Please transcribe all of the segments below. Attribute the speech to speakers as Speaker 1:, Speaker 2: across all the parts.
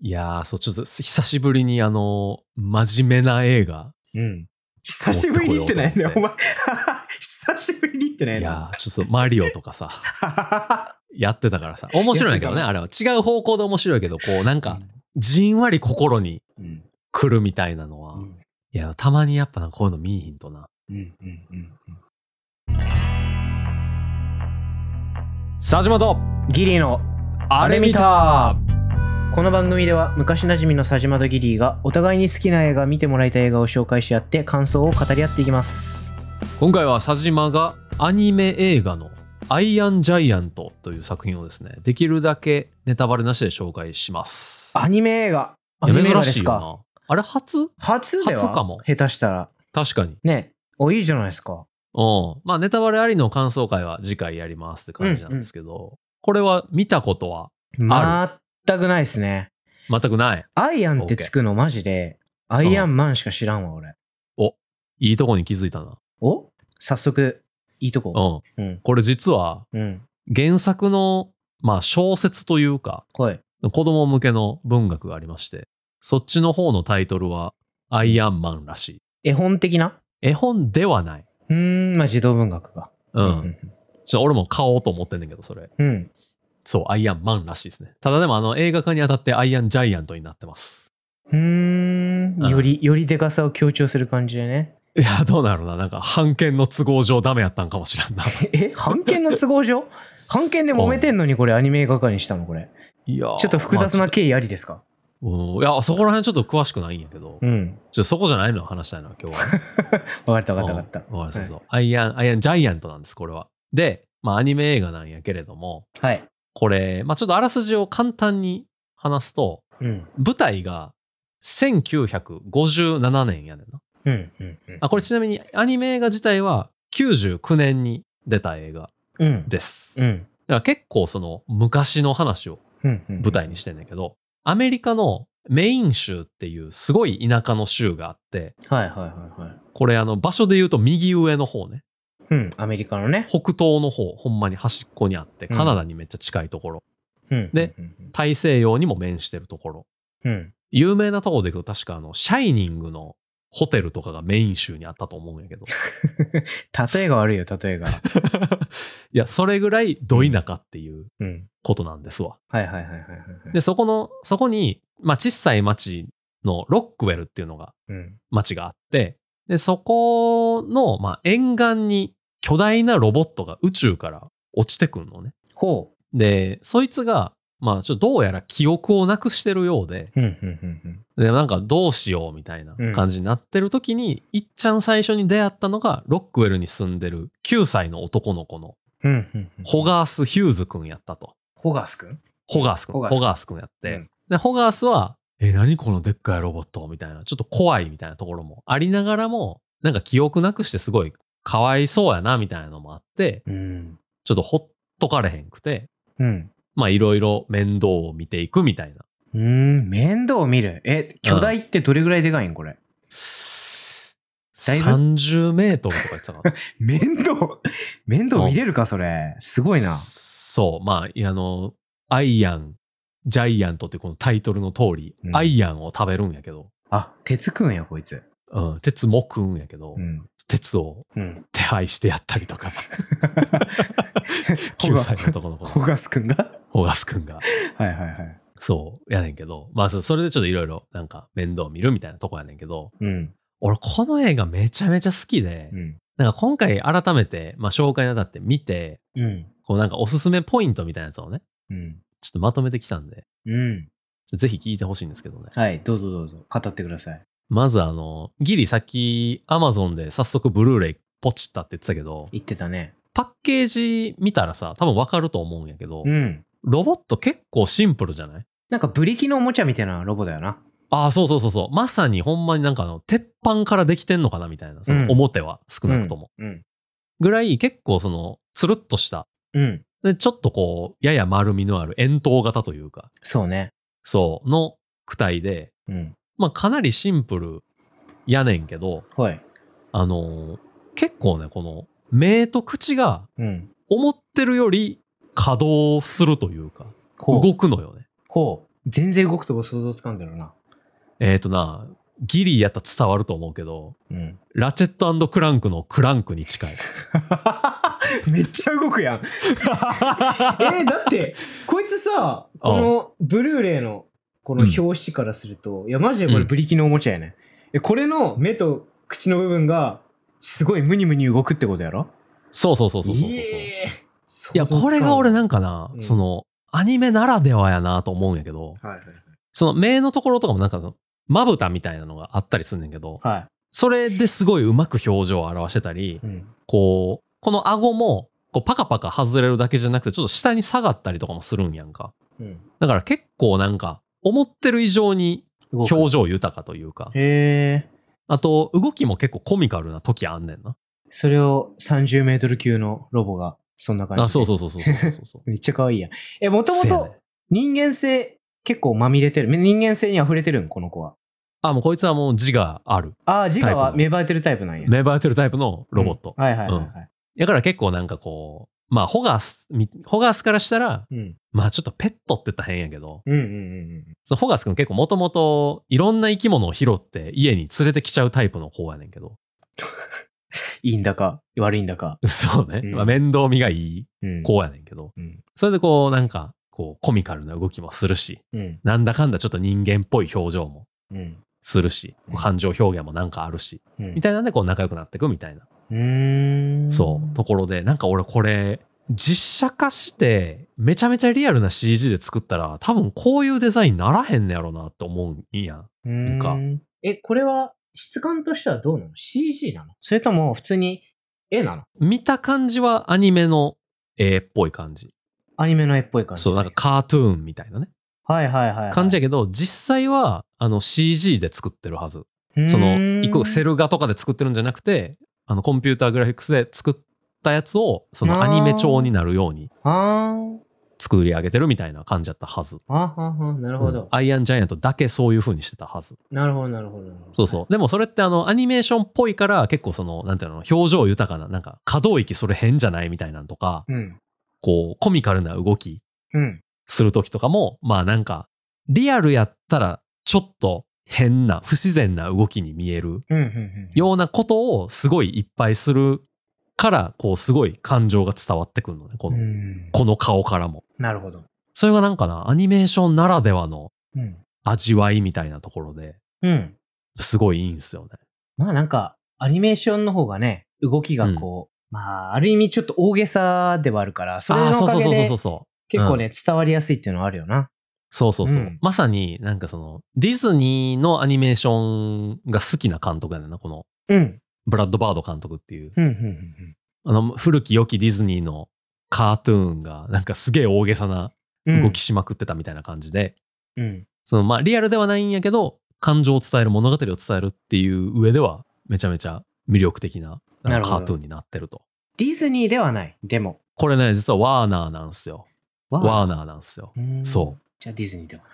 Speaker 1: いやー、そう、ちょっと久しぶりにあの、真面目な映画。
Speaker 2: うん。久しぶりに行ってないね、お前。久しぶりに行ってないい
Speaker 1: や
Speaker 2: な。
Speaker 1: ー、ちょっとマリオとかさ、 やってたからさ、面白いんやけどね、
Speaker 2: や
Speaker 1: あれは。違う方向で面白いけど、こう、なんか、じんわり心に
Speaker 2: うん。
Speaker 1: 来るみたいなのは、
Speaker 2: うん。
Speaker 1: いや、たまにやっぱなこういうの見えひんとな。
Speaker 2: うん。うん。うん。
Speaker 1: 佐島と、
Speaker 3: ギリーの
Speaker 1: あれ見た
Speaker 3: この番組では昔なじみの佐島とギリーがお互いに好きな映画見てもらいたい映画を紹介し合って感想を語り合っていきます
Speaker 1: 今回は佐島がアニメ映画の「アイアンジャイアント」という作品をですねできるだけネタバレなしで紹介します
Speaker 3: アニメ映画ア
Speaker 1: い
Speaker 3: ニ
Speaker 1: や
Speaker 3: メ映
Speaker 1: 珍
Speaker 3: 画で
Speaker 1: しい
Speaker 3: すか
Speaker 1: よなあれ初
Speaker 3: 初では
Speaker 1: 初かも
Speaker 3: 下手したら
Speaker 1: 確かに
Speaker 3: ねおいいじゃないですか
Speaker 1: うんまあネタバレありの感想会は次回やりますって感じなんですけど、これは見たことは
Speaker 3: 全くないですね
Speaker 1: 全くない
Speaker 3: アイアンってつくのマジでアイアンマンしか知らんわ俺
Speaker 1: いいとこに気づいたな
Speaker 3: お早速いいとこ
Speaker 1: うん
Speaker 3: うん
Speaker 1: これ実は
Speaker 3: うん
Speaker 1: 原作のまあ小説というか
Speaker 3: はい
Speaker 1: 子供向けの文学がありましてそっちの方のタイトルは「アイアンマン」らしい
Speaker 3: 絵本的な
Speaker 1: 絵本ではないう
Speaker 3: ーんまあ児童文学が
Speaker 1: うん。
Speaker 3: うん
Speaker 1: ちょっと俺も買おうと思ってんねんけど、それ。
Speaker 3: うん
Speaker 1: そう、アイアンマンらしいですね。ただでも、あの、映画化にあたってアイアンジャイアントになってます。
Speaker 3: うーん
Speaker 1: うん
Speaker 3: よりよりでかさを強調する感じでね
Speaker 1: いや、どうなるな。なんか、判権の都合上ダメやったんかもしらんな。
Speaker 3: え判権の都 合上判権で揉めてんのにこれアニメ映画化にしたのこれ
Speaker 1: いや
Speaker 3: ちょっと複雑
Speaker 1: まあ
Speaker 3: な
Speaker 1: ち
Speaker 3: 経緯ありですか、
Speaker 1: ょっとうん。いや、そこら辺ちょっと詳しくないんやけど、ちょっ
Speaker 3: うん
Speaker 1: とそこじゃないのを話したいのは、今日 は。
Speaker 3: 分かった分かった
Speaker 1: う
Speaker 3: 分
Speaker 1: んわかった
Speaker 3: かった
Speaker 1: そうそう。アイアン、アイアンジャイアントなんです、これは。で、まあ、アニメ映画なんやけれども、
Speaker 3: はい、はい
Speaker 1: これ、まあ、ちょっとあらすじを簡単に話すと、
Speaker 3: うん
Speaker 1: 舞台が1957年やねんな。
Speaker 3: うんうんうん
Speaker 1: あこれちなみにアニメ映画自体は99年に出た映画
Speaker 3: うん
Speaker 1: です。だ
Speaker 3: うん
Speaker 1: から結構その昔の話を
Speaker 3: うんうん
Speaker 1: 舞台にしてんだけど、アメリカのメイン州っていうすごい田舎の州があって、
Speaker 3: はいはいはいはい
Speaker 1: これあの場所で言うと右上の方ね、
Speaker 3: うんアメリカのね
Speaker 1: 北東の方、ほんまに端っこにあって、
Speaker 3: うん
Speaker 1: カナダにめっちゃ近いところ、
Speaker 3: うん
Speaker 1: で
Speaker 3: うん
Speaker 1: 大西洋にも面してるところ。
Speaker 3: うん
Speaker 1: 有名なところで言うと確かあの、シャイニングのホテルとかがメイン州にあったと思うんや けど。
Speaker 3: 例えが悪いよ例えが
Speaker 1: いや、それぐらいど田舎っていう
Speaker 3: うん
Speaker 1: ことなんですわ。
Speaker 3: はいはいはいはいはいはい
Speaker 1: で、そこの、そこに、まあ、小さい町のロックウェルっていうのが、
Speaker 3: うん
Speaker 1: 町があって、で、そこの、まあ、沿岸に巨大なロボットが宇宙から落ちてくんのね。
Speaker 3: ほ
Speaker 1: で、そいつが、まあ、ちょっとどうやら記憶をなくしてるようで、
Speaker 3: ううんうんうん
Speaker 1: で、なんかどうしようみたいな感じになってる時に、いっちゃん最初に出会ったのが、ロックウェルに住んでる9歳の男の子の
Speaker 3: うんうんうんうん
Speaker 1: ホガース・ヒューズ君やったと。
Speaker 3: ホガスくん
Speaker 1: ホガース君。
Speaker 3: ホ
Speaker 1: ホ
Speaker 3: ガ
Speaker 1: ガ
Speaker 3: ース
Speaker 1: ース君やって。
Speaker 3: うん
Speaker 1: で、ホガースは、え、何このでっかいロボットみたいな、ちょっと怖いみたいなところもありながらも、なんか記憶なくしてすごいかわいそうやなみたいなのもあって、
Speaker 3: うん
Speaker 1: ちょっとほっとかれへんくて、
Speaker 3: うん
Speaker 1: まあいろいろ面倒を見ていくみたいな。
Speaker 3: うーん、面倒見る。え、巨大ってどれぐらいでかいんこれ。だいぶ
Speaker 1: 30メートルとか言ってた かな。
Speaker 3: 面倒、 面倒見れるか、それ。すごいな。
Speaker 1: そう、まあいや、あの、アイアン、ジャイアントってこのタイトルの通り、
Speaker 3: うん
Speaker 1: アイアンを食べるんやけど、
Speaker 3: あ、鉄食うんや、こいつ。
Speaker 1: うん、鉄も食うんやけど、
Speaker 3: うん。
Speaker 1: 鉄を
Speaker 3: うん。
Speaker 1: 手配してやったりと か。9歳の男の子
Speaker 3: ホ
Speaker 1: の
Speaker 3: ガスくんが
Speaker 1: ホガス君が。
Speaker 3: はいはいはい。
Speaker 1: そう、やねんけど。まあ、そそれでちょっといろいろなんか面倒見るみたいなとこやねんけど、
Speaker 3: うん。
Speaker 1: 俺この映画めちゃめちゃ好きで、
Speaker 3: うん。
Speaker 1: なんか今回改めて、まあ紹介にあたって見て、
Speaker 3: うん。
Speaker 1: こうなんかおすすめポイントみたいなやつをね、
Speaker 3: うん。
Speaker 1: ちょっとまとめてきたんで、
Speaker 3: うん。
Speaker 1: ぜひ聞いてほしいんですけどね。
Speaker 3: はい、どうぞどうぞ。語ってください。
Speaker 1: まずあの、ギリさっき Amazon で早速ブルーレイポチったって言ってたけど、
Speaker 3: 言ってたね。
Speaker 1: パッケージ見たらさ、多分わかると思うんやけど
Speaker 3: う、ん。
Speaker 1: ロボット結構シンプルじゃない
Speaker 3: なんかブリキのおもちゃみたいなロボだよな。
Speaker 1: ああ、そうそうそうそう。まさにほんまになんかあの、鉄板からできてんのかなみたいな、そ
Speaker 3: うん
Speaker 1: の表は少なくとも。
Speaker 3: うん。
Speaker 1: ぐらい結構その、つるっとした。
Speaker 3: うん。
Speaker 1: で、ちょっとこう、やや丸みのある円筒型というか、
Speaker 3: そうね。
Speaker 1: そう、の躯体で、
Speaker 3: うん。
Speaker 1: まあかなりシンプルやねんけど、
Speaker 3: はい。
Speaker 1: あのー結構ね、この、目と口が
Speaker 3: うん。
Speaker 1: 思ってるより稼働するというか、
Speaker 3: こう。
Speaker 1: 動くのよね。
Speaker 3: こう。全然動くとこ想像つかんだろうな。
Speaker 1: えっ、とな、ギリやったら伝わると思うけど、
Speaker 3: うん。
Speaker 1: ラチェットクランクのクランクに近い。
Speaker 2: めっちゃ動くやん。えーだって、こいつさ、
Speaker 1: あ
Speaker 3: このブルーレイのこの表紙からすると、いや、マジでこ
Speaker 1: う
Speaker 3: れ
Speaker 1: ん
Speaker 3: ブリキのおもちゃやね。え、これの目と口の部分が、すごいムニムニ動くってことやろ
Speaker 1: そうそうそうそうそうそう。い
Speaker 3: え
Speaker 1: や、これが俺
Speaker 3: ん
Speaker 1: なんかな、
Speaker 3: うん
Speaker 1: その、アニメならではやなと思うんやけど、
Speaker 2: はいはいはい。
Speaker 1: その目のところとかもなんか、まぶたみたいなのがあったりすんねんけど、
Speaker 3: は
Speaker 1: それですごいうまく表情を表してたり
Speaker 3: い。、うん。
Speaker 1: こう、この顎も、こうパカパカ外れるだけじゃなくて、ちょっと下に下がったりとかもするんやんか。
Speaker 3: うん。
Speaker 1: だから結構なんか、思ってる以上に
Speaker 3: 動く
Speaker 1: 表情豊かというか、
Speaker 3: へえ。
Speaker 1: あと、動きも結構コミカルな時あんねんな。
Speaker 3: それを30メートル級のロボが、そんな感じで。
Speaker 1: あ、そうそうそうそうそうそう そう。
Speaker 3: めっちゃ可愛いやん。え、もとも
Speaker 1: せやね
Speaker 3: と人間性結構まみれてる。人間性に溢れてるんこの子は。
Speaker 1: あ、もうこいつはもう字がある。
Speaker 3: ああ、自我
Speaker 1: タイプ
Speaker 3: は
Speaker 1: の
Speaker 3: 芽生えてるタイプなんや。
Speaker 1: 芽生えてるタイプのロボット。
Speaker 3: うんはいはいはいはい。
Speaker 1: だから結構なんかこう、まあ、ホガース、みホガースからしたら、
Speaker 3: うん。
Speaker 1: まあちょっとペットって言ったら変やけど、
Speaker 3: うんうんうん
Speaker 1: そのホガース君結構もともといろんな生き物を拾って家に連れてきちゃうタイプの方やねんけど。
Speaker 3: いいんだか、悪いんだか。
Speaker 1: そうね。
Speaker 3: うん
Speaker 1: まあ、面倒見がいい
Speaker 3: うん。
Speaker 1: 子やねんけど。
Speaker 3: うん。
Speaker 1: それでこうなんか、こうコミカルな動きもするし、
Speaker 3: うん。
Speaker 1: なんだかんだちょっと人間っぽい表情も
Speaker 3: うん。
Speaker 1: するし
Speaker 3: うん、
Speaker 1: 感情表現もなんかあるし、
Speaker 3: うん
Speaker 1: みたいなんでこう仲良くなっていくみたいな、
Speaker 3: うーん。
Speaker 1: そう、ところで、なんか俺これ、実写化して、めちゃめちゃリアルな CG で作ったら、多分こういうデザインならへんのやろなって思うんやん。
Speaker 3: うーん。
Speaker 1: か
Speaker 3: え、これは質感としてはどうなの ?CG なのそれとも普通に絵なの
Speaker 1: 見た感じはアニメの絵っぽい感じ。
Speaker 3: アニメの絵っぽい感じ。
Speaker 1: そう、なんかカートゥーンみたいなね。
Speaker 3: はいはいはいはい。
Speaker 1: 感じやけど、実際は、あの CG で作ってるはず。
Speaker 3: うーん
Speaker 1: その、一個セル画とかで作ってるんじゃなくて、あのコンピューターグラフィックスで作ったやつを、そのアニメ調になるように
Speaker 3: あー
Speaker 1: 作り上げてるみたいな感じだったはず。
Speaker 3: あ、はあはあ、なるほ
Speaker 1: うん
Speaker 3: ど。
Speaker 1: アイアンジャイアントだけそういう風にしてたはず。
Speaker 3: なるほどなるほど。
Speaker 1: そうそう。でもそれってあのアニメーションっぽいから結構その、なんていうの、表情豊かな、なんか可動域それ変じゃないみたいなんとか、
Speaker 3: う。うん。
Speaker 1: こうコミカルな動き
Speaker 3: うん。
Speaker 1: する時とかも、まあなんかリアルやったらちょっと変な、不自然な動きに見える
Speaker 3: うん。うんうん。
Speaker 1: ようなことをすごいいっぱいするから、こうすごい感情が伝わってくるのね、こ
Speaker 3: う
Speaker 1: の、
Speaker 3: ん。
Speaker 1: この顔からも。
Speaker 3: なるほど。
Speaker 1: それがなんかな、アニメーションならではの
Speaker 3: うん。
Speaker 1: 味わいみたいなところで、
Speaker 3: うん。
Speaker 1: すごいいいんですよね。
Speaker 3: まあなんか、アニメーションの方がね、動きがこう、まあ、ある意味ちょっと大げさではあるから、それの
Speaker 1: あー
Speaker 3: お
Speaker 1: そう
Speaker 3: か
Speaker 1: そう
Speaker 3: げ
Speaker 1: そう
Speaker 3: で
Speaker 1: そうそう。
Speaker 3: 結構ね、伝わりやすいっていうのはあるよな。
Speaker 1: そうそうそう。
Speaker 3: うん
Speaker 1: まさになんかその、ディズニーのアニメーションが好きな監督やねんな、この、
Speaker 3: うん。
Speaker 1: ブラッド・バード監督っていう。
Speaker 3: うん、うん、うん
Speaker 1: あの、古き良きディズニーのカートゥーンが、なんかすげえ大げさな
Speaker 3: うん。
Speaker 1: 動き。しまくってたみたいな感じで、
Speaker 3: うん。
Speaker 1: その、まあ、リアルではないんやけど、感情を伝える、物語を伝えるっていう上では、めちゃめちゃ魅力的なあの
Speaker 3: なるほ
Speaker 1: カ
Speaker 3: ど
Speaker 1: ートゥーンになってると。
Speaker 3: ディズニーではない。でも。
Speaker 1: これね、実はワーナーなんすよ。ワーナーなんすよ。
Speaker 3: ー
Speaker 1: そう
Speaker 3: う。。じゃあディズニーではない。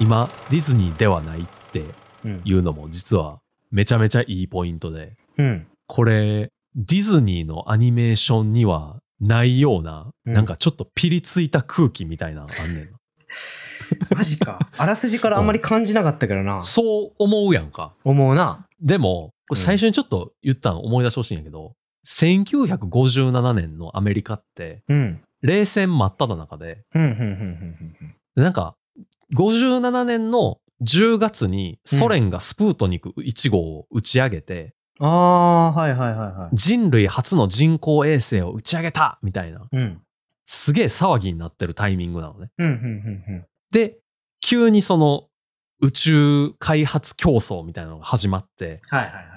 Speaker 1: 今ディズニーではないって
Speaker 3: うん
Speaker 1: いうのも実はめちゃめちゃいいポイントで
Speaker 3: うん。
Speaker 1: これディズニーのアニメーションにはないような、
Speaker 3: うん
Speaker 1: なんかちょっとピリついた空気みたいなのあんねんな
Speaker 3: マジか。あらすじからあんまり感じなかったけど な。
Speaker 1: そう思うやんか
Speaker 3: 思うな。
Speaker 1: でもこれ
Speaker 3: うん
Speaker 1: 最初にちょっと言ったの思い出してほしいんやけど、1957年のアメリカって
Speaker 3: うん。
Speaker 1: 冷戦真っ只中で
Speaker 3: うん、うん、うん、うんうん。
Speaker 1: でなんか57年の10月にソ連がスプートニク1号を打ち上げて、
Speaker 3: ああ、はいはいはいはい。
Speaker 1: 人類初の人工衛星を打ち上げたみたいな、
Speaker 3: うん。
Speaker 1: すげえ騒ぎになってるタイミングなのね。
Speaker 3: うん、うん、うん、
Speaker 1: で、急にその宇宙開発競争みたいなのが始まって、
Speaker 3: はいはいはいはい。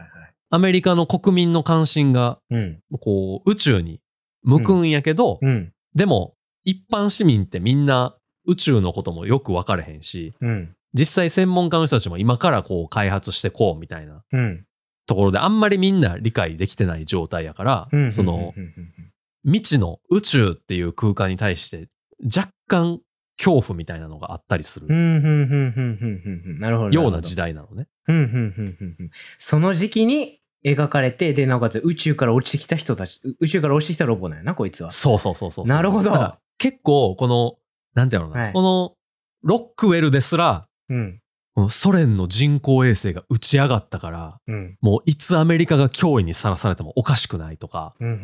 Speaker 1: アメリカの国民の関心が、
Speaker 3: うん。
Speaker 1: こう、宇宙に向くんやけど、
Speaker 3: うん。
Speaker 1: でも、一般市民ってみんな宇宙のこともよく分かれへんし、
Speaker 3: うん。
Speaker 1: 実際専門家の人たちも今からこう開発してこうみたいな
Speaker 3: うん。
Speaker 1: ところで、あんまりみんな理解できてない状態やから、
Speaker 3: うん。
Speaker 1: その、
Speaker 3: うん、うんうんうん
Speaker 1: 未知の宇宙っていう空間に対して若干恐怖みたいなのがあったりす
Speaker 3: う
Speaker 1: る
Speaker 3: ん、うん、うん、うん、うん、うん。なるほど。
Speaker 1: ような時
Speaker 3: 代。
Speaker 1: 代なのね。
Speaker 3: うん、うん、うん、うんうん。その時期に描かれて、で、なおかつ宇宙から落ちてきた人たち、う宇宙から落ちてきたロボなんやな、こいつは。
Speaker 1: そうそうそうそうそう。
Speaker 3: なるほど
Speaker 1: だから結構この、なんていうのかな、
Speaker 3: はい
Speaker 1: このロックウェルですら、
Speaker 3: うん。
Speaker 1: このソ連の人工衛星が打ち上がったから、
Speaker 3: うん。
Speaker 1: もういつアメリカが脅威にさらされてもおかしくないとか、
Speaker 3: うん。うん。う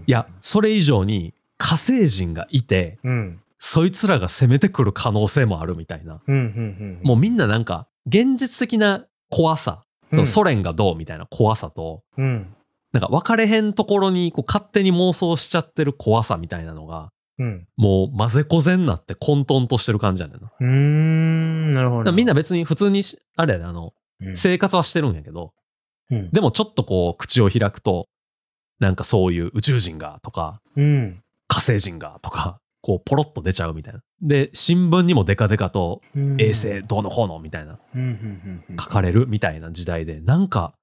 Speaker 3: ん。
Speaker 1: いや、それ以上に火星人がいて、
Speaker 3: うん。
Speaker 1: そいつらが攻めてくる可能性もあるみたいな。
Speaker 3: うん。うん。
Speaker 1: もうみんななんか、現実的な怖さ、
Speaker 3: うん、
Speaker 1: そのソ連がどうみたいな怖さと、
Speaker 3: うん。
Speaker 1: なんか分かれへんところにこう勝手に妄想しちゃってる怖さみたいなのが、
Speaker 3: うん。
Speaker 1: もう混ぜこぜになって混沌としてる感じやねんな。だか
Speaker 3: うーん。なるほ
Speaker 1: ら
Speaker 3: ど。
Speaker 1: みんな、別に普通にし、あれやであの、
Speaker 3: うん。
Speaker 1: 生活はしてるんやけど、
Speaker 3: うん。
Speaker 1: でもちょっとこう口を開くと、なんかそういう宇宙人がとか、
Speaker 3: うん。
Speaker 1: 火星人がとか、こうポロッと出ちゃうみたいな。で、新聞にもデカデカと衛星どうのこうのみたいな
Speaker 3: うん。うん。うん。
Speaker 1: 書かれるみたいな時代で、なんか、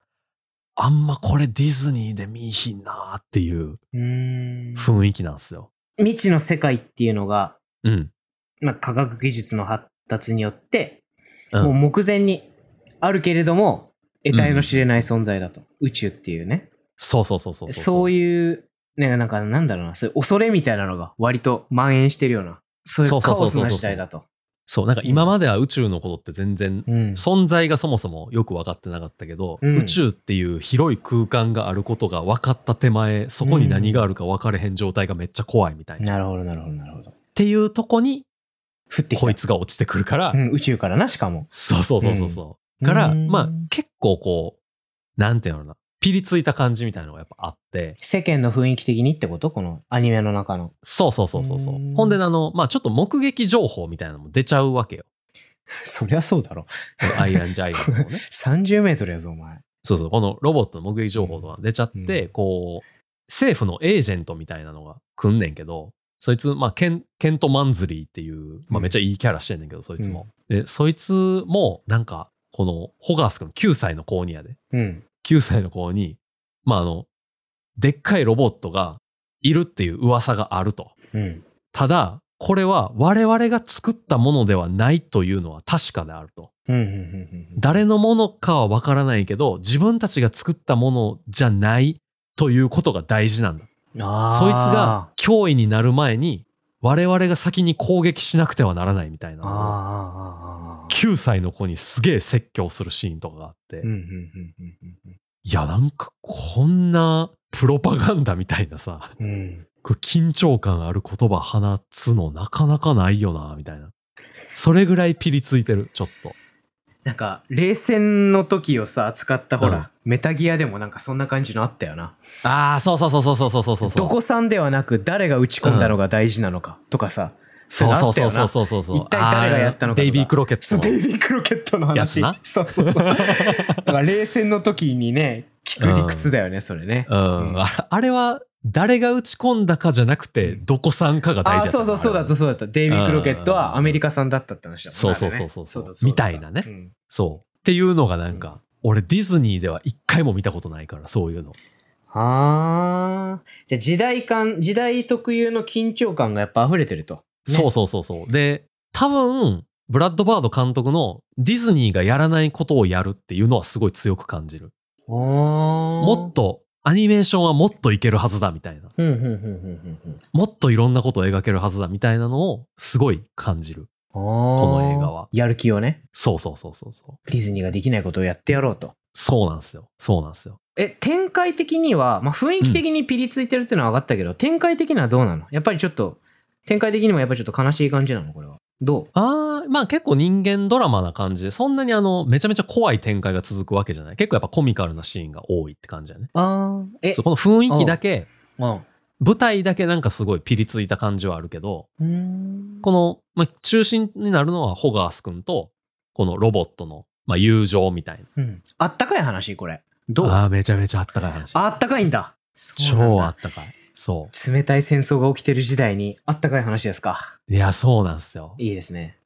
Speaker 1: あんまこれディズニーで見いひんなーっていう
Speaker 3: うん。
Speaker 1: 雰囲気なんですよ。
Speaker 3: 未知の世界っていうのが、
Speaker 1: うん。
Speaker 3: まあ、科学技術の発達によって、
Speaker 1: うん
Speaker 3: もう目前にあるけれども、得体の知れない存在だと。宇宙っていうね。
Speaker 1: そうそうそうそう
Speaker 3: そう
Speaker 1: そう。う。
Speaker 3: いう、ね、なんか、なんだろうな、そういう恐れみたいなのが割と蔓延してるような、そうい
Speaker 1: そううそ
Speaker 3: カ
Speaker 1: うそ
Speaker 3: オ
Speaker 1: う
Speaker 3: ス
Speaker 1: そう
Speaker 3: な時代だと。
Speaker 1: そう、なんか今までは宇宙のことって全然、
Speaker 3: うん
Speaker 1: 存在がそもそもよく分かってなかったけど、
Speaker 3: うん
Speaker 1: 宇宙っていう広い空間があることが分かった手前、そこに何があるか分かれへん状態がめっちゃ怖いみたいな。っ
Speaker 3: なるほど、なるほど、なるほど。
Speaker 1: ていうとこに、
Speaker 3: 降ってき
Speaker 1: こ
Speaker 3: た
Speaker 1: い。つが落ちてくるから、
Speaker 3: うん、宇宙からな、しかも。
Speaker 1: そうそうそうそうそう。から、
Speaker 3: うん
Speaker 1: まあ結構こう、なんていうのかな、ピリついた感じみたいなのがやっぱあって、
Speaker 3: 世間の雰囲気的にってことこのアニメの中の。
Speaker 1: そうそうそうそうそうう。
Speaker 3: ん
Speaker 1: ほんであの、まあちょっと目撃情報みたいなのも出ちゃうわけよ。
Speaker 3: そりゃそうだろ。
Speaker 1: このアイアンジャイアント もね。
Speaker 3: 30メートルやぞ、お前。
Speaker 1: そうそう、このロボットの目撃情報とか出ちゃって、
Speaker 3: うん
Speaker 1: こう、政府のエージェントみたいなのが来んねんけど、そいつ、まあ、ケンケント・マンズリーっていう、まあ、
Speaker 3: うん
Speaker 1: めっちゃいいキャラしてんねんけど、そいつも。で、そいつも、なんか、この、ホガース君、9歳の子にやで。
Speaker 3: うん。
Speaker 1: 9歳の子に、まあ、あの、でっかいロボットがいるっていう噂があると。
Speaker 3: うん。
Speaker 1: ただ、これは我々が作ったものではないというのは確かであると。
Speaker 3: うん。うんうん。うん
Speaker 1: 誰のものかはわからないけど、自分たちが作ったものじゃないということが大事なんだ。
Speaker 3: あー
Speaker 1: そいつが脅威になる前に、我々が先に攻撃しなくてはならないみたい
Speaker 3: あーあーあー
Speaker 1: なのを。
Speaker 3: あー
Speaker 1: 9歳の子にすげえ説教するシーンとかがあって。
Speaker 3: うんうんうんうん
Speaker 1: いや、なんかこんなプロパガンダみたいなさ、
Speaker 3: うんうん
Speaker 1: これ緊張感ある言葉放つのなかなかないよな、みたいな。それぐらいピリついてる、ちょっと。
Speaker 3: なんか冷戦の時をさ扱ったほら、
Speaker 1: うん
Speaker 3: メタギアでもなんかそんな感じのあったよな
Speaker 1: ああ、そうそうそうそうそうそうそうそう。
Speaker 3: どこさんではなく誰が打ち込んだのが大事なのかとかさ、
Speaker 1: そうそうそう
Speaker 3: そういうのあったよな
Speaker 1: そうそうそう。
Speaker 3: 一体誰がやったのかとか
Speaker 1: あーデイビー・クロケッ
Speaker 3: そ
Speaker 1: ト
Speaker 3: う
Speaker 1: の。
Speaker 3: デイビー・クロケットの
Speaker 1: や
Speaker 3: 話
Speaker 1: つな
Speaker 3: そうそうそうだ から冷戦の時にね聞く理屈だよね、それね、
Speaker 1: うん、あれあれは誰が打ち込んだかじゃなくて、どこさんかが
Speaker 3: あ
Speaker 1: 大
Speaker 3: あ
Speaker 1: 事だった
Speaker 3: そうそうそうだったそうだったデイビー・クロケットはアメリカ産だったって話だもんね
Speaker 1: そうそう
Speaker 3: あれね
Speaker 1: そうそう
Speaker 3: そ
Speaker 1: そうう
Speaker 3: だそうだ
Speaker 1: みたいなね
Speaker 3: うん
Speaker 1: そう。っていうのがなんか、俺ディズニーでは一回も見たことないから、そういうの。
Speaker 3: ああじゃあ時代感時代特有の緊張感がやっぱ溢れてると
Speaker 1: そうそうそうそう。で、多分、ブラッド・バード監督のディズニーがやらないことをやるっていうのはすごい強く感じる。も
Speaker 3: も
Speaker 1: っと、アニメーションはもっといけるはずだみたいな。
Speaker 3: うんうんうんうんうんうん。
Speaker 1: もっといろんなことを描けるはずだみたいなのをすごい感じる。
Speaker 3: こ
Speaker 1: の映画は
Speaker 3: やる気をね、
Speaker 1: そうそうそうそうそう。
Speaker 3: ディズニーができないことをやってやろうと。
Speaker 1: そうなんですよ。そうなんですよ。
Speaker 3: え、展開的には、まあ、雰囲気的にピリついてるっていうのは分かったけど、展開的にはどうなのやっぱりちょっと、展開的にもやっぱりちょっと悲しい感じなのこれは。ど
Speaker 1: ああ、まあ結構人間ドラマな感じで、そんなにあの、めちゃめちゃ怖い展開が続くわけじゃない。結構やっぱコミカルなシーンが多いって感じだね。
Speaker 3: うああ、え
Speaker 1: そう、この雰囲気だけ、
Speaker 3: うん。
Speaker 1: 舞台だけなんかすごいピリついた感じはあるけど、
Speaker 3: うーん。
Speaker 1: この、まあ、中心になるのはホガース君と、このロボットの、まあ、友情みたいな。
Speaker 3: うん。あったかい話これ。どう
Speaker 1: あ
Speaker 3: あ
Speaker 1: あ、めちゃめちゃあったかい話。
Speaker 3: ったかいんだ。そうなん
Speaker 1: 超
Speaker 3: だ
Speaker 1: あったかい。そ
Speaker 3: 冷たい戦争が起きてる時代にあったかい話ですか。
Speaker 1: う。いや、そうなんですよ。
Speaker 3: いいですね。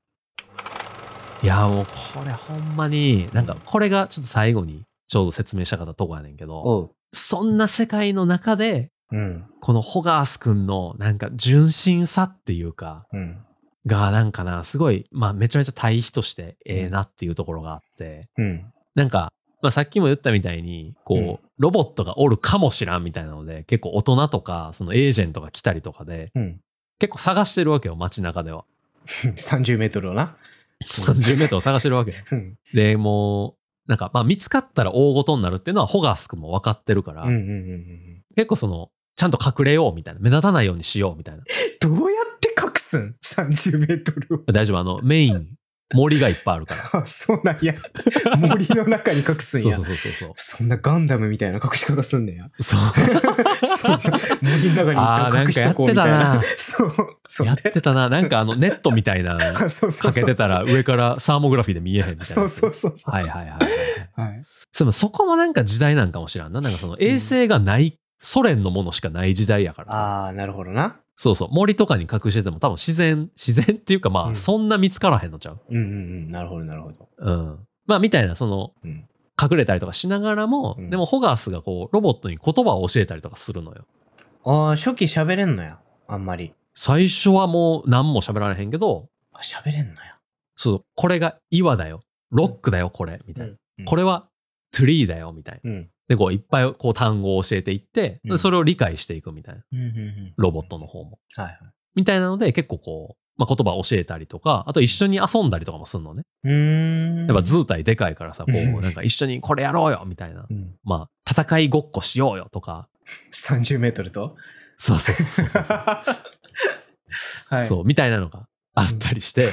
Speaker 1: いや、もうこれほんまに、なんかこれがちょっと最後にちょうど説明したかったとこやねんけど、
Speaker 3: おう。
Speaker 1: そんな世界の中で、
Speaker 3: うん。
Speaker 1: このホガースくんのなんか純真さっていうか、
Speaker 3: うん。
Speaker 1: がなんかな、すごい、まあめちゃめちゃ対比としてええなっていうところがあって、
Speaker 3: うん。
Speaker 1: なんか、まあさっきも言ったみたいに、こう、
Speaker 3: うん
Speaker 1: ロボットがおるかもしらんみたいなので、結構大人とか、そのエージェントが来たりとかで、
Speaker 3: うん。
Speaker 1: 結構探してるわけよ、街中では。
Speaker 3: 30メートルをな。
Speaker 1: 30メートルを探してるわけ。
Speaker 3: うん。
Speaker 1: で、もう、なんか、まあ、見つかったら大ごとになるっていうのは、ホガースクも分かってるから、
Speaker 3: うんうんうんうん。
Speaker 1: 結構その、ちゃんと隠れようみたいな、目立たないようにしようみたいな。
Speaker 3: どうや
Speaker 2: って隠すん ?30 メートルを。
Speaker 1: 大丈夫、あの、メイン、森がいっぱいあ るから。
Speaker 2: あ、そうなん や。森の中に隠す
Speaker 1: そ
Speaker 2: ん
Speaker 1: う
Speaker 2: や
Speaker 1: そう。そうそう。
Speaker 2: そんなガンダムみたいな隠し方すん ねや。
Speaker 1: そう。
Speaker 2: そんな森の中に
Speaker 1: あ
Speaker 2: 一
Speaker 1: ー
Speaker 2: 旦隠しとこうみたい
Speaker 1: なん
Speaker 2: な
Speaker 1: か。
Speaker 2: そう。そう
Speaker 1: や ってたな。なんか あの、ネットみたいな、
Speaker 2: あそうそ
Speaker 1: か
Speaker 2: うそ
Speaker 1: け
Speaker 2: う
Speaker 1: て。たら上からサーモグラフィーで見えへんみたいな。
Speaker 2: そうそうそうそう。
Speaker 1: はいはいはいはい。
Speaker 2: はい。
Speaker 1: そのそこもなんか時代なんかもしらんな。なんかその衛星がない、ソ連のものしかない時代やからさ。
Speaker 3: ああ、なるほどな。
Speaker 1: そうそう。森とかに隠してても多分自然、自然っていうかま
Speaker 3: う
Speaker 1: あ、
Speaker 3: ん
Speaker 1: そんな見つからへんのちゃう。
Speaker 3: うんうんうん。なるほど、なるほど。
Speaker 1: うん。まあ、みたいな、その、
Speaker 3: うん
Speaker 1: 隠れたりとかしながらも、
Speaker 3: うん
Speaker 1: でもホガースがこう、ロボットに言葉を教えたりとかするのよ。
Speaker 3: ああ、初期喋れんのや。あんまり。
Speaker 1: 最初はもう何も喋られへんけど、
Speaker 3: あ、喋れんのや。
Speaker 1: そう、これが岩だよ。ロックだよ、これ。みたいな。
Speaker 3: うん
Speaker 1: これは、トゥリーだよ、みたいな。
Speaker 3: うん。
Speaker 1: で、こう、いっぱいこう単語を教えていって、
Speaker 3: うん
Speaker 1: でそれを理解していくみたいな。
Speaker 3: うんうんうん。
Speaker 1: ロボットの方も。
Speaker 3: はいはい。
Speaker 1: みたいなので、結構こう、まあ、言葉を教えたりとか、あと一緒に遊んだりとかもするのね。
Speaker 3: うーん。
Speaker 1: やっぱ図体でかいからさ、こ
Speaker 2: う
Speaker 1: う、
Speaker 2: ん
Speaker 1: なんか一緒にこれやろうよ、みたいな
Speaker 3: う。ん。
Speaker 1: まあ、戦いごっこしようよとか。
Speaker 2: 30メートルと。
Speaker 1: そうそうそうそうそう。
Speaker 2: はい。
Speaker 1: そう、みたいなのがあったりして、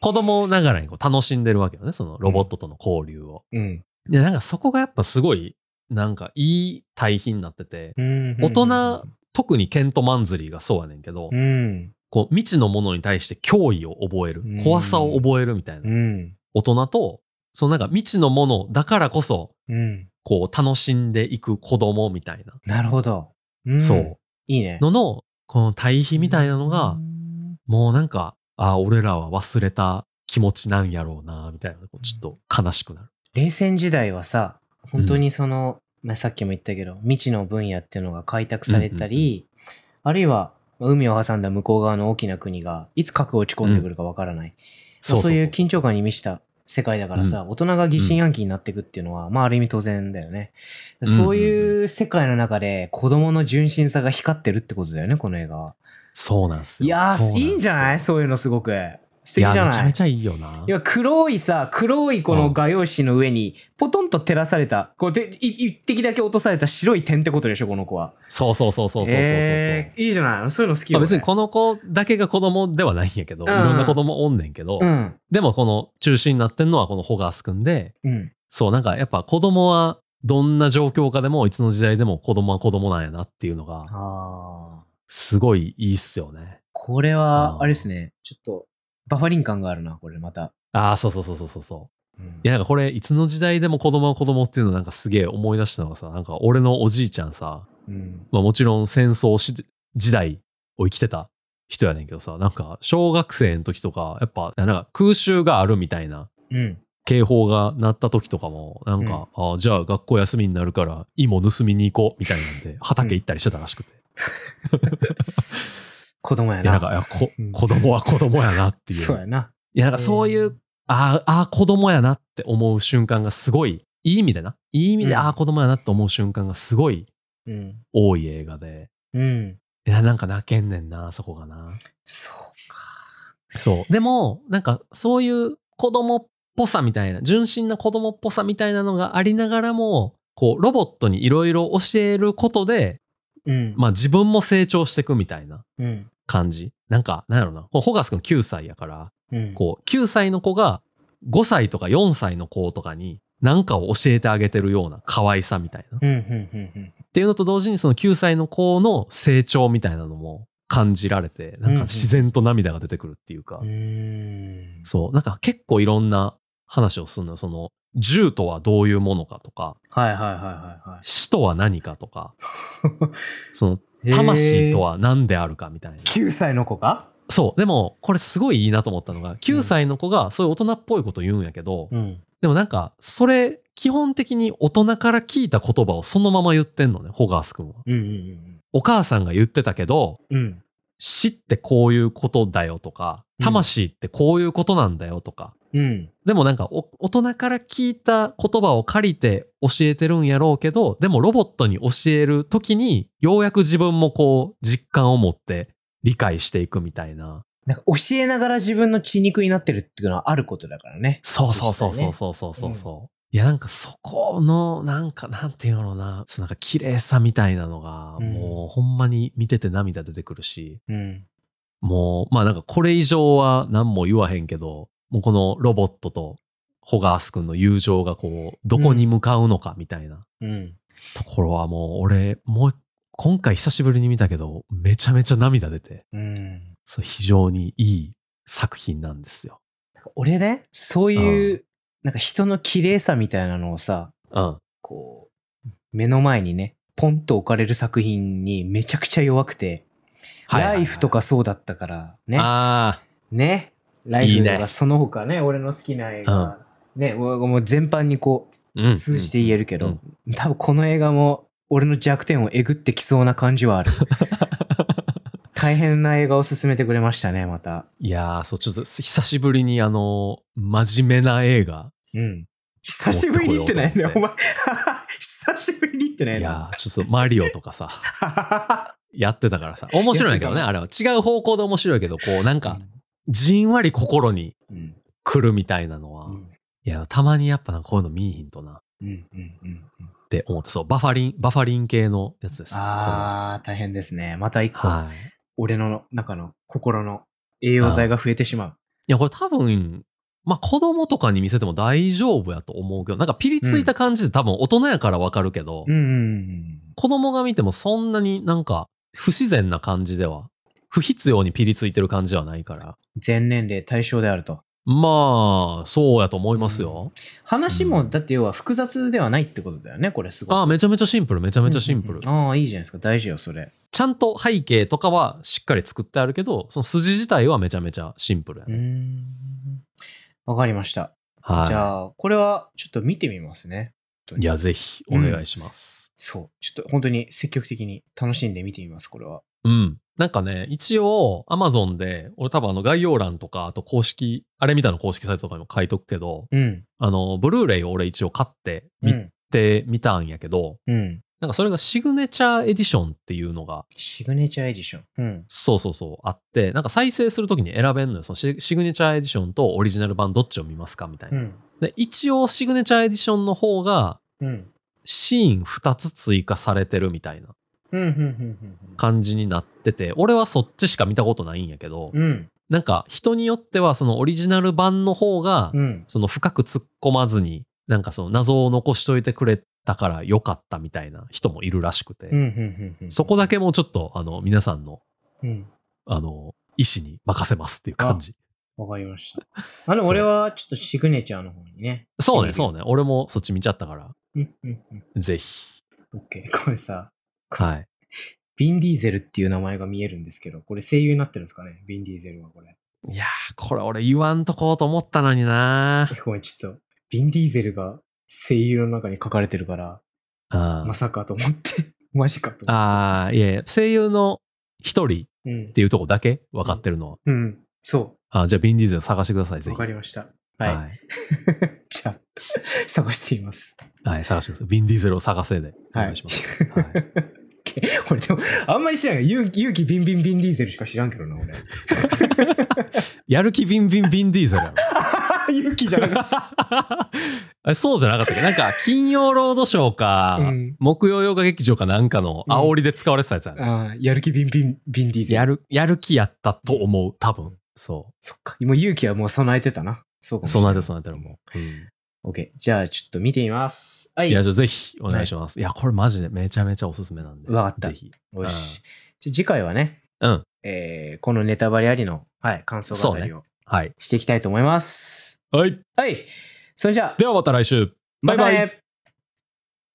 Speaker 1: 子供ながらにこう楽しんでるわけよね、そのロボットとの交流を。
Speaker 3: うん。
Speaker 1: で、なんかそこがやっぱすごい、なんかいい対比になってて、
Speaker 3: うん。
Speaker 1: 大人、特にケント・マンズリーがそうやねんけど、
Speaker 3: うん。
Speaker 1: こう未知のものに対して脅威を覚える
Speaker 3: うん、
Speaker 1: 怖さを覚えるみたいな。
Speaker 3: うん。
Speaker 1: 大人と、そのなんか未知のものだからこそ、
Speaker 3: うん。
Speaker 1: こう楽しんでいく子供みたいな、
Speaker 3: なるほど。うん
Speaker 1: そう。
Speaker 3: いいね。
Speaker 1: のの、この対比みたいなのが
Speaker 3: う、ん
Speaker 1: もうなんか、ああ、俺らは忘れた気持ちなんやろうな、みたいな、こうちょっと悲しくなる。
Speaker 3: 冷戦時代はさ、本当にその、まあ、さっきも言ったけど、未知の分野っていうのが開拓されたり、あるいはまあ海を挟んだ向こう側の大きな国がいつ核を打ち込んでくるかわからない、まあそういう緊張感に満ちた世界だからさ、大人が疑心暗鬼になっていくっていうのは、まあある意味当然だよね。
Speaker 1: んうんうん
Speaker 3: そういう世界の中で子供の純真さが光ってるってことだよね、この映画は。
Speaker 1: そうなんですよ。
Speaker 3: いや
Speaker 1: そうなで
Speaker 3: ー、
Speaker 1: す
Speaker 3: い
Speaker 1: よ
Speaker 3: いんじゃないそういうのすごく。素
Speaker 1: い
Speaker 3: 敵じゃ
Speaker 1: や、
Speaker 3: ない
Speaker 1: めちゃめちゃいいよな。
Speaker 3: いや、黒いさ、黒いこの画用紙の上に、ポトンと照らされた、こうで、い一滴だけ落とされた白い点ってことでしょ、この子は。
Speaker 1: そうそうそうそうそうそうそうそう。
Speaker 3: えーいいじゃないのそういうの好き
Speaker 1: ま
Speaker 3: よ、
Speaker 1: あ、別に
Speaker 3: こ
Speaker 1: この子だけが子供ではないんやけど、
Speaker 3: うん
Speaker 1: いろんな子供おんねんけど、
Speaker 3: うん。
Speaker 1: でもこの中心になってんのはこのホガースくんで、
Speaker 3: うん。
Speaker 1: そうなんかやっぱ子供はどんな状況下でもいつの時代でも子供は子供なんやなっていうのが
Speaker 3: ああ。
Speaker 1: すごいいいっすよね。
Speaker 3: これ
Speaker 1: あー
Speaker 3: は、あれですね。ちょっと、バファリン感があるな、これまた。
Speaker 1: ああ、そうそうそうそうそうそう。
Speaker 3: うん
Speaker 1: いやなんかこれいつの時代でも子供は子供っていうのなんかすげえ思い出したのがさなんか俺のおじいちゃんさ、
Speaker 3: うん。
Speaker 1: まあ、もちろん戦争し時代を生きてた人やねんけどさなんか小学生の時とかやっぱなんか空襲があるみたいな
Speaker 3: うん。
Speaker 1: 警報が鳴った時とかもなんか、あーじゃあ学校休みになるから芋盗みに行こうみたいなんで畑行ったりしてたらしくて、
Speaker 3: 子供や
Speaker 1: いやなん
Speaker 3: な。
Speaker 1: かいやこ
Speaker 3: うん
Speaker 1: 子供は子供やなっていう
Speaker 3: そうやな。
Speaker 1: いやなんかそういう、あーあー子供やなって思う瞬間がすごいいい意味でないい意味で、
Speaker 3: うん
Speaker 1: ああ子供やなって思う瞬間がすごい
Speaker 3: うん。
Speaker 1: 多い映画で
Speaker 3: うん。
Speaker 1: いやなんか泣けんねんなそこがな
Speaker 3: そうか。
Speaker 1: そうでもなんかそういう子供っぽさみたいな純真な子供っぽさみたいなのがありながらもこうロボットにいろいろ教えることで、
Speaker 3: うん。
Speaker 1: まあ、自分も成長していくみたいな
Speaker 3: うん。
Speaker 1: 感じなんかなんやろなこうホガス君9歳やから
Speaker 3: うん。
Speaker 1: こう、9歳の子が5歳とか4歳の子とかに何かを教えてあげてるような可愛さみたいな。っ
Speaker 3: うん。うん。うん。うん。
Speaker 1: ていうのと同時にその9歳の子の成長みたいなのも感じられて、なんか自然と涙が出てくるっていうか
Speaker 3: う、ん。
Speaker 1: そう、なんか結構いろんな話をするのよ。その、銃とはどういうものかとか、
Speaker 3: はいはいはいはいはい。
Speaker 1: 死とは何かと か、その、魂と
Speaker 3: は
Speaker 1: は何であるかみたいな。
Speaker 3: 9歳の子が
Speaker 1: そう、でもこれすごいいいなと思ったのが、9歳の子がそういう大人っぽいこと言うんやけど、
Speaker 3: うん。
Speaker 1: でもなんか、それ、基本的に大人から聞いた言葉をそのまま言ってんのね、ホガース君は。
Speaker 3: うんうん
Speaker 1: お母さんが言ってたけど、
Speaker 3: うん。うん。
Speaker 1: 死ってこういうことだよとか、
Speaker 3: うん
Speaker 1: 魂ってこういうことなんだよとか。
Speaker 3: うん。
Speaker 1: でもなんかお、大人から聞いた言葉を借りて教えてるんやろうけど、でもロボットに教える時に、ようやく自分もこう、実感を持って理解していくみたいな。
Speaker 3: なんか教えながら自分の血肉になってるっていうのはあることだからね。
Speaker 1: そうそうそうそうそうそうそうそう。いや、なんかそこの、なんか、なんていうのかな、そのなんか綺麗さみたいなのが、
Speaker 3: うん
Speaker 1: もうほんまに見てて涙出てくるし、
Speaker 3: うん。
Speaker 1: もう、まあなんかこれ以上は何も言わへんけど、もうこのロボットとホガース君の友情がこう、どこに向かうのかみたいな
Speaker 3: うん。
Speaker 1: ところはもう俺、もう今回久しぶりに見たけど、めちゃめちゃ涙出て、
Speaker 3: うん。
Speaker 1: そう非常にいい作品なんですよ。
Speaker 3: 俺ね、そういう、
Speaker 1: う
Speaker 3: なんか人の綺麗さみたいなのをさ、
Speaker 1: うん。
Speaker 3: こう、目の前にね、ポンと置かれる作品にめちゃくちゃ弱くて、ライフと
Speaker 1: か
Speaker 3: かそうだったから、ね。
Speaker 1: あ
Speaker 3: ね。ライフ
Speaker 1: いい
Speaker 3: と
Speaker 1: ね
Speaker 3: か、その他ね、俺の好きな映画、ね、もうもう全般にこ
Speaker 1: あ、うん
Speaker 3: う、通じて言えるけど、
Speaker 1: うん
Speaker 3: 多分この映画も、俺の弱点をえぐってきそうな感じはあ る。大変な映画を勧めてくれましたね、また。
Speaker 1: いやー、そう、ちょっと久しぶりにあの、真面目な映画。
Speaker 3: うん。
Speaker 2: 久しぶりに行ってないね、
Speaker 1: 持って
Speaker 2: お
Speaker 1: こ
Speaker 2: 前。久しぶりに行ってないい
Speaker 1: や
Speaker 2: な。
Speaker 1: ー、ちょっとマリオとかさ、 やってたからさ、面白いんやけどね、
Speaker 3: や
Speaker 1: あれは。違う方向で面白いけど、こう、なんか、じんわり心に
Speaker 3: うん。
Speaker 1: 来るみたいなのは、
Speaker 3: うん。
Speaker 1: いや、たまにやっぱなんかこういうの見いひんとな、っ
Speaker 3: うん。うん。うん。
Speaker 1: て思って、そう、バファリン、バファリン系のやつです。
Speaker 3: あー、大変ですね。また一
Speaker 1: こ
Speaker 3: 個
Speaker 1: れ、はい。い
Speaker 3: 俺の中の心の栄養剤が増えてしまう。
Speaker 1: や、これ多分、まあ、子供とかに見せても大丈夫やと思うけど、なんかピリついた感じで多分大人やからわかるけど、
Speaker 3: うんうんうん。
Speaker 1: 子供が見てもそんなになんか不自然な感じでは、不必要にピリついてる感じはないから。
Speaker 3: 全年齢対象であると。
Speaker 1: まあ、そうやと思いますよ。
Speaker 3: 話
Speaker 1: う
Speaker 3: も、
Speaker 1: ん
Speaker 3: だって要は複雑ではないってことだよね、これすごい。
Speaker 1: ああ、めちゃめちゃシンプル、めちゃめちゃシンプル。
Speaker 3: うんうんうんああ、いいじゃないですか。大事よ、それ。
Speaker 1: ちゃんと背景とかはしっかり作ってあるけど、その筋自体はめちゃめちゃシンプルや
Speaker 3: うー
Speaker 1: ね。
Speaker 3: ん。わかりました。
Speaker 1: はい。
Speaker 3: じゃあ、これはちょっと見てみますね。
Speaker 1: いや、ぜひお願いします。
Speaker 3: そう。ちょっと本当に積極的に楽しんで見てみます、これは。
Speaker 1: うん。なんかね、一応、アマゾンで、俺多分あの概要欄とか、あと公式、あれみたいな公式サイトとかにも書いとくけど、
Speaker 3: うん。
Speaker 1: あの、ブルーレイを俺一応買って、
Speaker 3: う
Speaker 1: 見
Speaker 3: ん。
Speaker 1: てみたんやけど、
Speaker 3: うん。
Speaker 1: なんかそれがシグネチャーエディションっていうのが、
Speaker 3: シグネチャーエディション。うん。
Speaker 1: そうそうそう、あって、なんか再生するときに選べんのよ。そのシシグネチャーエディションとオリジナル版どっちを見ますかみたいうな。
Speaker 3: ん。
Speaker 1: で、一応シグネチャーエディションの方が、
Speaker 3: うん。
Speaker 1: シーン2つ追加されてるみたいな
Speaker 3: うん。うん。うん。
Speaker 1: 感じになってて、俺はそっちしか見たことないんやけど、
Speaker 3: うん。
Speaker 1: なんか人によってはそのオリジナル版の方が、
Speaker 3: うん。
Speaker 1: その深く突っ込まずに、なんかその謎を残しといてくれたから良かったみたいな人もいるらしくて、
Speaker 3: うん。うん。うん。
Speaker 1: そこだけもうちょっと、あの、皆さんの
Speaker 3: うん。
Speaker 1: あの、医師に任せますっていう感じ。
Speaker 3: わかりました。あの、
Speaker 1: そう
Speaker 3: 俺はちょっとシグネチャーの方にね。
Speaker 1: そうね、
Speaker 3: 行
Speaker 1: そうね。俺もそっち見ちゃったから、
Speaker 3: ってみる。うん
Speaker 1: ぜひ。
Speaker 3: うんうん。OK。これさ、
Speaker 1: はい。
Speaker 3: ビン・ディーゼルっていう名前が見えるんですけど、これ声優になってるんですかねビン・ディーゼルはこれ。
Speaker 1: いやー、これ俺言わんとこうと思ったのにな
Speaker 3: え、ごめん、ちょっと、ビン・ディーゼルが声優の中に書かれてるから、
Speaker 1: あ
Speaker 3: まさかと思って、 マジかと思って。
Speaker 1: あー、いえいえ、声優の一人っ
Speaker 3: うん
Speaker 1: て。いうとこだけ分かってるのは。
Speaker 3: うん。そ
Speaker 1: あーじゃあ、ビンディーゼル探してください、
Speaker 3: う。
Speaker 1: ぜ
Speaker 3: わ
Speaker 1: ひ。
Speaker 3: かりました。はい。
Speaker 1: はい。
Speaker 3: じゃあ、 探しています。
Speaker 1: はい探してください。ビンディーゼルを探せで。お願いします。
Speaker 3: はい OK 俺でも、あんまり知らない。勇気勇気ビンビンビンディーゼルしか知らんけどな、俺。
Speaker 1: やる気ビンビンビンディーゼル やろ。
Speaker 3: 勇気じゃなかっ
Speaker 1: あそうじゃなかったっけなんか、金曜ロードショーか、
Speaker 3: うん
Speaker 1: 木曜洋画劇場かなんかの煽りで使われてたやつやね
Speaker 3: た。ああ、やる気ビンビンビンディーゼル。
Speaker 1: やる、やる気やったと思う、多分。そ
Speaker 3: そっか。もう勇気はもう備えてたな。そう
Speaker 1: う。
Speaker 3: かもしれ
Speaker 1: 備
Speaker 3: な
Speaker 1: え
Speaker 3: い。
Speaker 1: てる備えてるもう。
Speaker 3: オッケー。じゃあ、ちょっと見てみます。はい。
Speaker 1: いや、
Speaker 3: よ
Speaker 1: じゃあぜひお願いします。いや、これマジでめちゃめちゃおすすめなんで。
Speaker 3: わかった
Speaker 1: ぜひ。
Speaker 3: し。じゃあ次回はね、
Speaker 1: うん。
Speaker 3: えーこのネタバレありの、はい、感想語りを
Speaker 1: はい。
Speaker 3: していきたいと思います。
Speaker 1: はい。
Speaker 3: はい。それじゃあ、
Speaker 1: ではまた来週。バイバイ
Speaker 3: またね